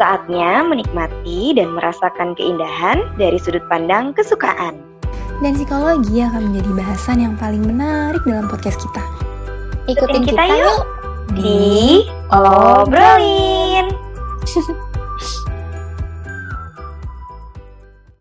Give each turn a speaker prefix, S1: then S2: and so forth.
S1: Saatnya menikmati dan merasakan keindahan dari sudut pandang kesukaan.
S2: Dan psikologi akan menjadi bahasan yang paling menarik dalam podcast kita.
S1: Ikutin kita, kita yuk di Obrolin.